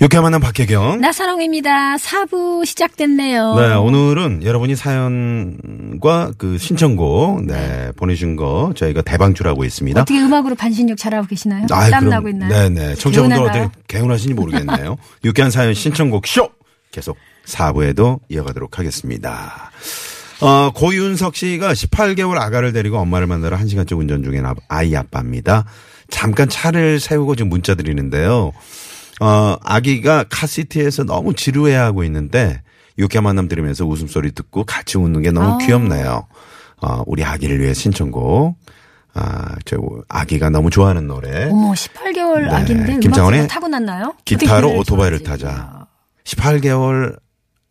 유쾌한 만남 박혜경. 나사롱입니다. 사부 시작됐네요. 네, 오늘은 여러분이 사연과 그 신청곡, 네, 보내준 거 저희가 대방출하고 있습니다. 어떻게 음악으로 반신욕 잘하고 계시나요? 아이, 땀 그럼, 나고 있나요? 네네. 청취자분들 개운한가요? 어떻게 개운하신지 모르겠네요. 유쾌한 사연 신청곡 쇼! 계속 4부에도 이어가도록 하겠습니다. 어, 고윤석 씨가 18개월 아가를 데리고 엄마를 만나러 1시간째 운전 중인 아- 아이 아빠입니다. 잠깐 차를 세우고 지금 문자 드리는데요. 어, 아기가 카시트에서 너무 지루해하고 있는데 유쾌한 만남 들으면서 웃음소리 듣고 같이 웃는 게 아. 너무 귀엽네요. 어, 우리 아기를 위해 신청곡. 아, 저 아기가 너무 좋아하는 노래. 어머, 18개월 네, 아기인데 김창완의 음악으로 타고났나요? 기타로 어떻게 노래를 오토바이를 좋아하지? 타자. 18개월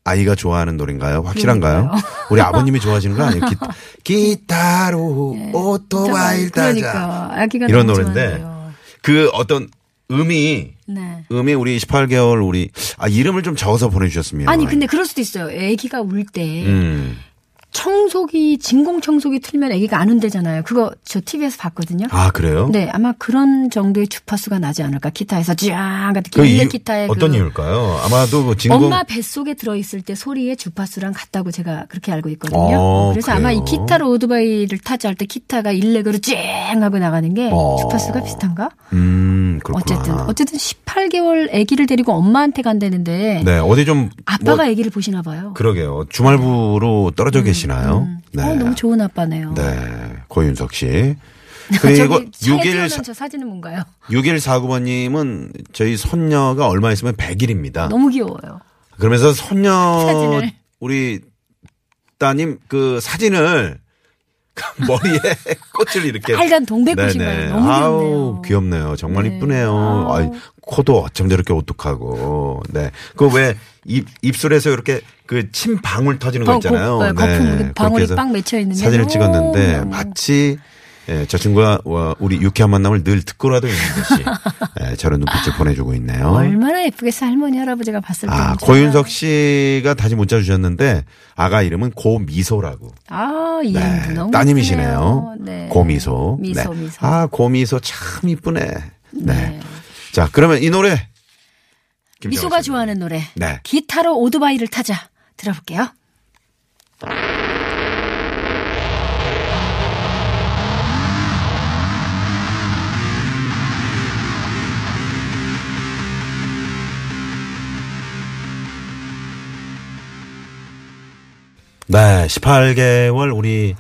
아이가 좋아하는 노래인가요? 확실한가요? 그러니까요. 예, 우리 아버님이 좋아하시는 거 아니에요? 기타, 로 오토바이를 타자. 그러니까 아기가 이런 너무 노래인데 좋아하네요. 그 어떤 음이 네. 음이 우리 18개월 우리 아 이름을 좀 적어서 보내주셨습니다. 아니 근데 그럴 수도 있어요. 아기가 울 때 음. 청소기 진공 청소기 틀면 아기가 안 운대잖아요. 그거 저 TV에서 봤거든요. 아 그래요? 네, 아마 그런 정도의 주파수가 나지 않을까. 기타에서 쫙 같은 그 길래 이유- 기타의 어떤 그 이유일까요? 아마도 그 진공 엄마 뱃속에 들어있을 때 소리의 주파수랑 같다고 제가 그렇게 알고 있거든요. 어, 그래서 그래요? 아마 이 기타로 오토바이를 타자 할 때 기타가 일렉으로 쨍 하고 나가는 게 어. 주파수가 비슷한가? 음 그렇구나. 어쨌든 어쨌든 18개월 아기를 데리고 엄마한테 간다는데 네 어디 좀 아빠가 뭐, 아기를 보시나 봐요. 그러게요 주말부로 떨어져 계시나요? 음. 어, 너무 좋은 아빠네요. 그러니까 네, 고윤석 씨. 그리고 저기 차에 6일, 태어난 저 사진은 뭔가요? 6일 49번님은 저희 손녀가 얼마 있으면 100일입니다. 너무 귀여워요. 그러면서 손녀 사진을. 우리 따님 그 사진을 머리에 꽃을 이렇게 빨간 동백꽃인 네네. 거예요. 너무 귀엽네요. 아우 귀엽네요. 정말 네. 이쁘네요. 아우. 아이, 코도 어쩜 저렇게 오똑하고. 네. 그 왜 입, 입술에서 이렇게 그 침 방울 터지는 거 거- 있잖아요. 거- 네, 거품, 그 그렇게 방울이 해서 빵 맺혀 있는 음. 게 사진을 너무 찍었는데 너무. 마치 예, 저 친구와 와, 우리 유쾌한 만남을 늘 듣고라도 있는 듯이 예, 저런 눈빛을 보내주고 있네요. 얼마나 예쁘겠어 할머니 할아버지가 봤을 때. 어? 아, 진짜. 고윤석 씨가 다시 문자 주셨는데 아가 이름은 고미소라고. 네, 아, 이 양도 너무 예, 따님이시네요. 예쁘네요. 네. 고미소. 미소, 네. 미소. 아, 고미소 참 이쁘네. 네. 네. 자, 그러면 이 노래. 김정은 미소가 씨. 좋아하는 노래. 네. 기타로 오토바이를 타자. 들어볼게요. 네, 18개월 우리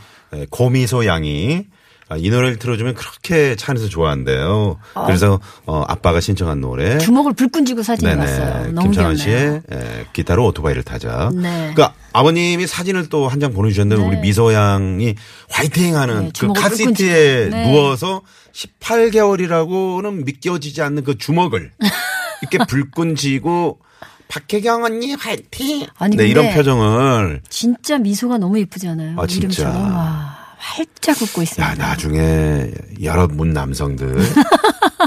고미소 양이 아, 이 노래를 틀어주면 그렇게 차 안에서 좋아한대요. 그래서 어, 아빠가 신청한 노래. 주먹을 불끈 쥐고 사진을 봤어요. 너무 네. 김창완 귀엽네요. 씨의 에, 기타로 오토바이를 타자. 네. 그러니까 아버님이 사진을 또 한 장 보내주셨는데 우리 미소 양이 화이팅하는 네, 그 주먹을 카시트에 네. 누워서 18개월이라고는 믿겨지지 않는 그 주먹을 이렇게 불끈 쥐고 박혜경 언니 화이팅. 아니, 네, 근데 이런 표정을 진짜 미소가 너무 예쁘잖아요. 아, 진짜. 이름처럼 와, 활짝 웃고 야 있습니다. 나중에 여러 문 남성들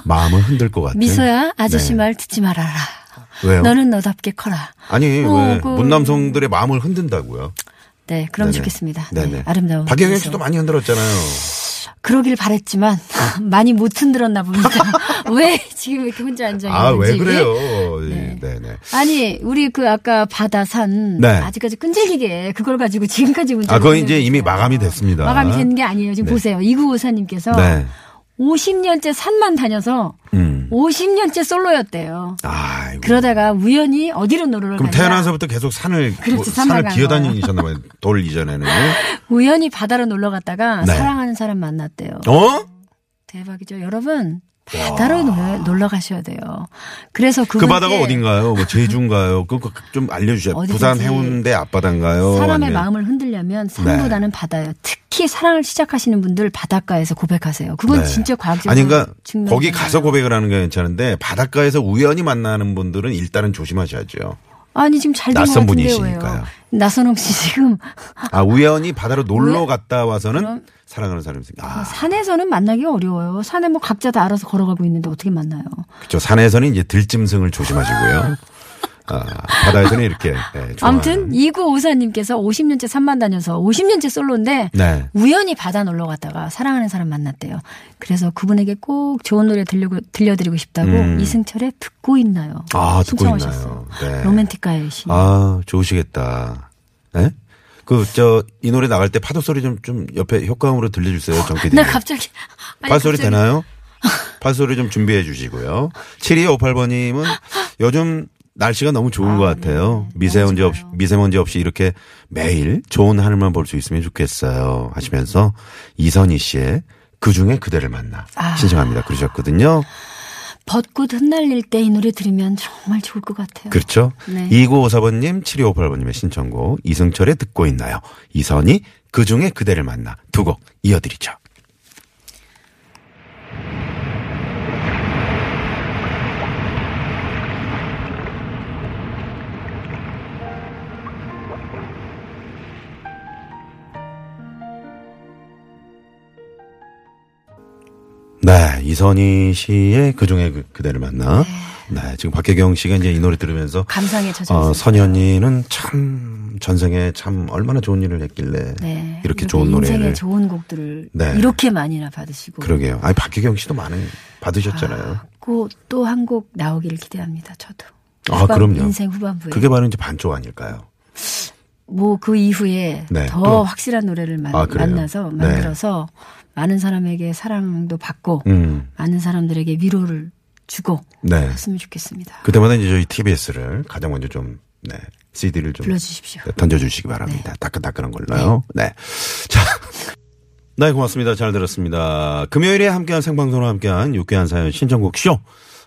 마음을 흔들 것 같아. 미소야, 아저씨 네. 말 듣지 말아라. 왜요? 너는 너답게 커라. 아니 어, 왜 그- 문남성들의 마음을 흔든다고요? 네, 그럼 네네. 좋겠습니다. 네, 네네. 아름다운. 박영현 미소. 씨도 많이 흔들었잖아요. 그러길 바랬지만 많이 못 흔들었나 봅니다. 왜 지금 네, 이렇게 혼자 앉아 있는지. 아 왜 그래요? 네. 네네. 아니 우리 그 아까 바다 산 네. 아직까지 끈질기게 그걸 가지고 지금까지 문제. 아, 그건 이제 이미 마감이 됐습니다. 마감이 되는 게 아니에요. 지금 네. 보세요. 이구오사님께서 네. 50년째 산만 다녀서 음. 50년째 솔로였대요. 아이고. 그러다가 우연히 어디로 노를 그럼 가냐? 태어나서부터 계속 산을 그렇지, 뭐, 산 산을 바간 기어다니셨나 봐요. 돌 이전에는. 우연히 바다로 놀러 갔다가 네. 사랑하는 사람 만났대요. 어? 대박이죠, 여러분. 바다로 놀- 놀러 가셔야 돼요. 그래서 그 그분께 바다가 어딘가요? 뭐 제주인가요? 그거 좀 알려 주세요. 어디든지 부산 해운대 앞바다인가요? 사람의 아니면- 마음을 흔들려면 네. 산보다는 바다예요. 특히 사랑을 시작하시는 분들 바닷가에서 고백하세요. 그건 네. 진짜 과학적으로 아니 그러니까 증명이 거기 되나요? 가서 고백을 하는 게 괜찮은데 바닷가에서 우연히 만나는 분들은 일단은 조심하셔야죠. 아니 지금 잘 된 것 낯선 같은데요. 분이시니까요. 왜요? 나선홍 씨 지금 아 우연히 바다로 놀러 왜? 갔다 와서는 그럼- 사랑하는 사람이 생겨. 아, 산에서는 만나기 어려워요. 산에 뭐 각자 다 알아서 걸어가고 있는데 어떻게 만나요? 그렇죠. 산에서는 이제 들짐승을 조심하시고요. 아, 바다에서는 이렇게. 네, 아무튼 좋아하는. 2954님께서 50년째 산만 다녀서 50년째 솔로인데 네. 우연히 바다 놀러 갔다가 사랑하는 사람 만났대요. 그래서 그분에게 꼭 좋은 노래 들려, 들려드리고 싶다고 음. 이승철의 듣고 있나요? 아, 듣고 신청하셨어요. 있나요? 네. 로맨틱가의 신. 아 좋으시겠다. 네? 그저 이 노래 나갈 때 파도 소리 좀 좀 옆에 효과음으로 들려주세요, 정 PD. 나 갑자기 아니, 발소리 갑자기 되나요? 발소리 좀 준비해 주시고요. 7258번님은 요즘 날씨가 너무 좋은 것 같아요. 미세먼지 없이, 미세먼지 없이 이렇게 매일 좋은 하늘만 볼 수 있으면 좋겠어요. 하시면서 이선희 씨의 그 중에 그대를 만나 신청합니다. 그러셨거든요. 벚꽃 흩날릴 때 이 노래 들으면 정말 좋을 것 같아요. 그렇죠. 네. 2954번님, 7258번님의 신청곡 이승철의 듣고 있나요? 이선희 그 중에 그대를 만나 두 곡 이어드리죠. 네, 이선희 씨의 그 중에 그- 그대를 만나. 네, 지금 박혜경 씨가 이제 이 노래 들으면서 감상에 젖어 어, 있어요. 선희 언니는 참 전생에 참 얼마나 좋은 일을 했길래 네. 이렇게 좋은 노래를 인생의 좋은 곡들을 네. 이렇게 많이나 받으시고 그러게요. 아니 박혜경 씨도 많은 받으셨잖아요. 또 한 곡 나오기를 기대합니다. 저도. 아, 그럼요. 인생 후반부에 그게 바로 이제 반쪽 아닐까요? 뭐 그 이후에 네, 더 또. 확실한 노래를 만, 아, 그래요? 나서 네. 만들어서 많은 사람에게 사랑도 받고 음, 많은 사람들에게 위로를 주고 네. 했으면 좋겠습니다. 그때마다 이제 저희 TBS를 가장 먼저 좀 네, CD를 좀 불러주십시오. 네, 던져주시기 바랍니다. 따끈따끈한 걸로요. 네. 자. 네, 고맙습니다. 잘 들었습니다. 금요일에 함께한 생방송으로 함께한 유쾌한 사연 신청곡 쇼.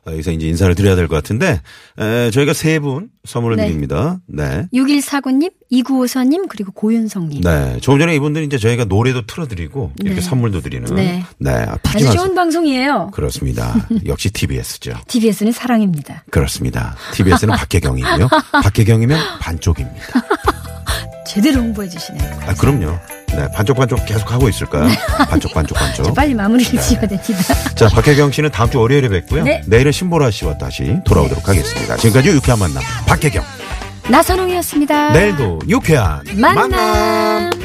아, 여기서 이제 인사를 드려야 될 것 같은데, 에, 저희가 세 분 선물을 네. 드립니다. 네. 6149님, 2954님, 그리고 고윤성님. 네. 조금 전에 이분들은 이제 저희가 노래도 틀어드리고, 이렇게 선물도 드리는. 네. 네. 아주 푸짐한 좋은 방송이에요. 그렇습니다. 역시 TBS죠. TBS는 사랑입니다. 그렇습니다. TBS는 박혜경이고요. 박혜경이면 반쪽입니다. 제대로 홍보해 주시네요. 아, 그럼요. 네, 반쪽반쪽 계속 하고 있을까요? 반쪽반쪽반쪽. 네. 빨리 마무리를 네. 지어야 됩니다. 자, 박혜경 씨는 다음 주 월요일에 뵙고요. 네. 내일은 신보라 씨와 다시 돌아오도록 하겠습니다. 지금까지 유쾌한 만남, 박혜경. 나선홍이었습니다. 내일도 유쾌한 만남. 만남.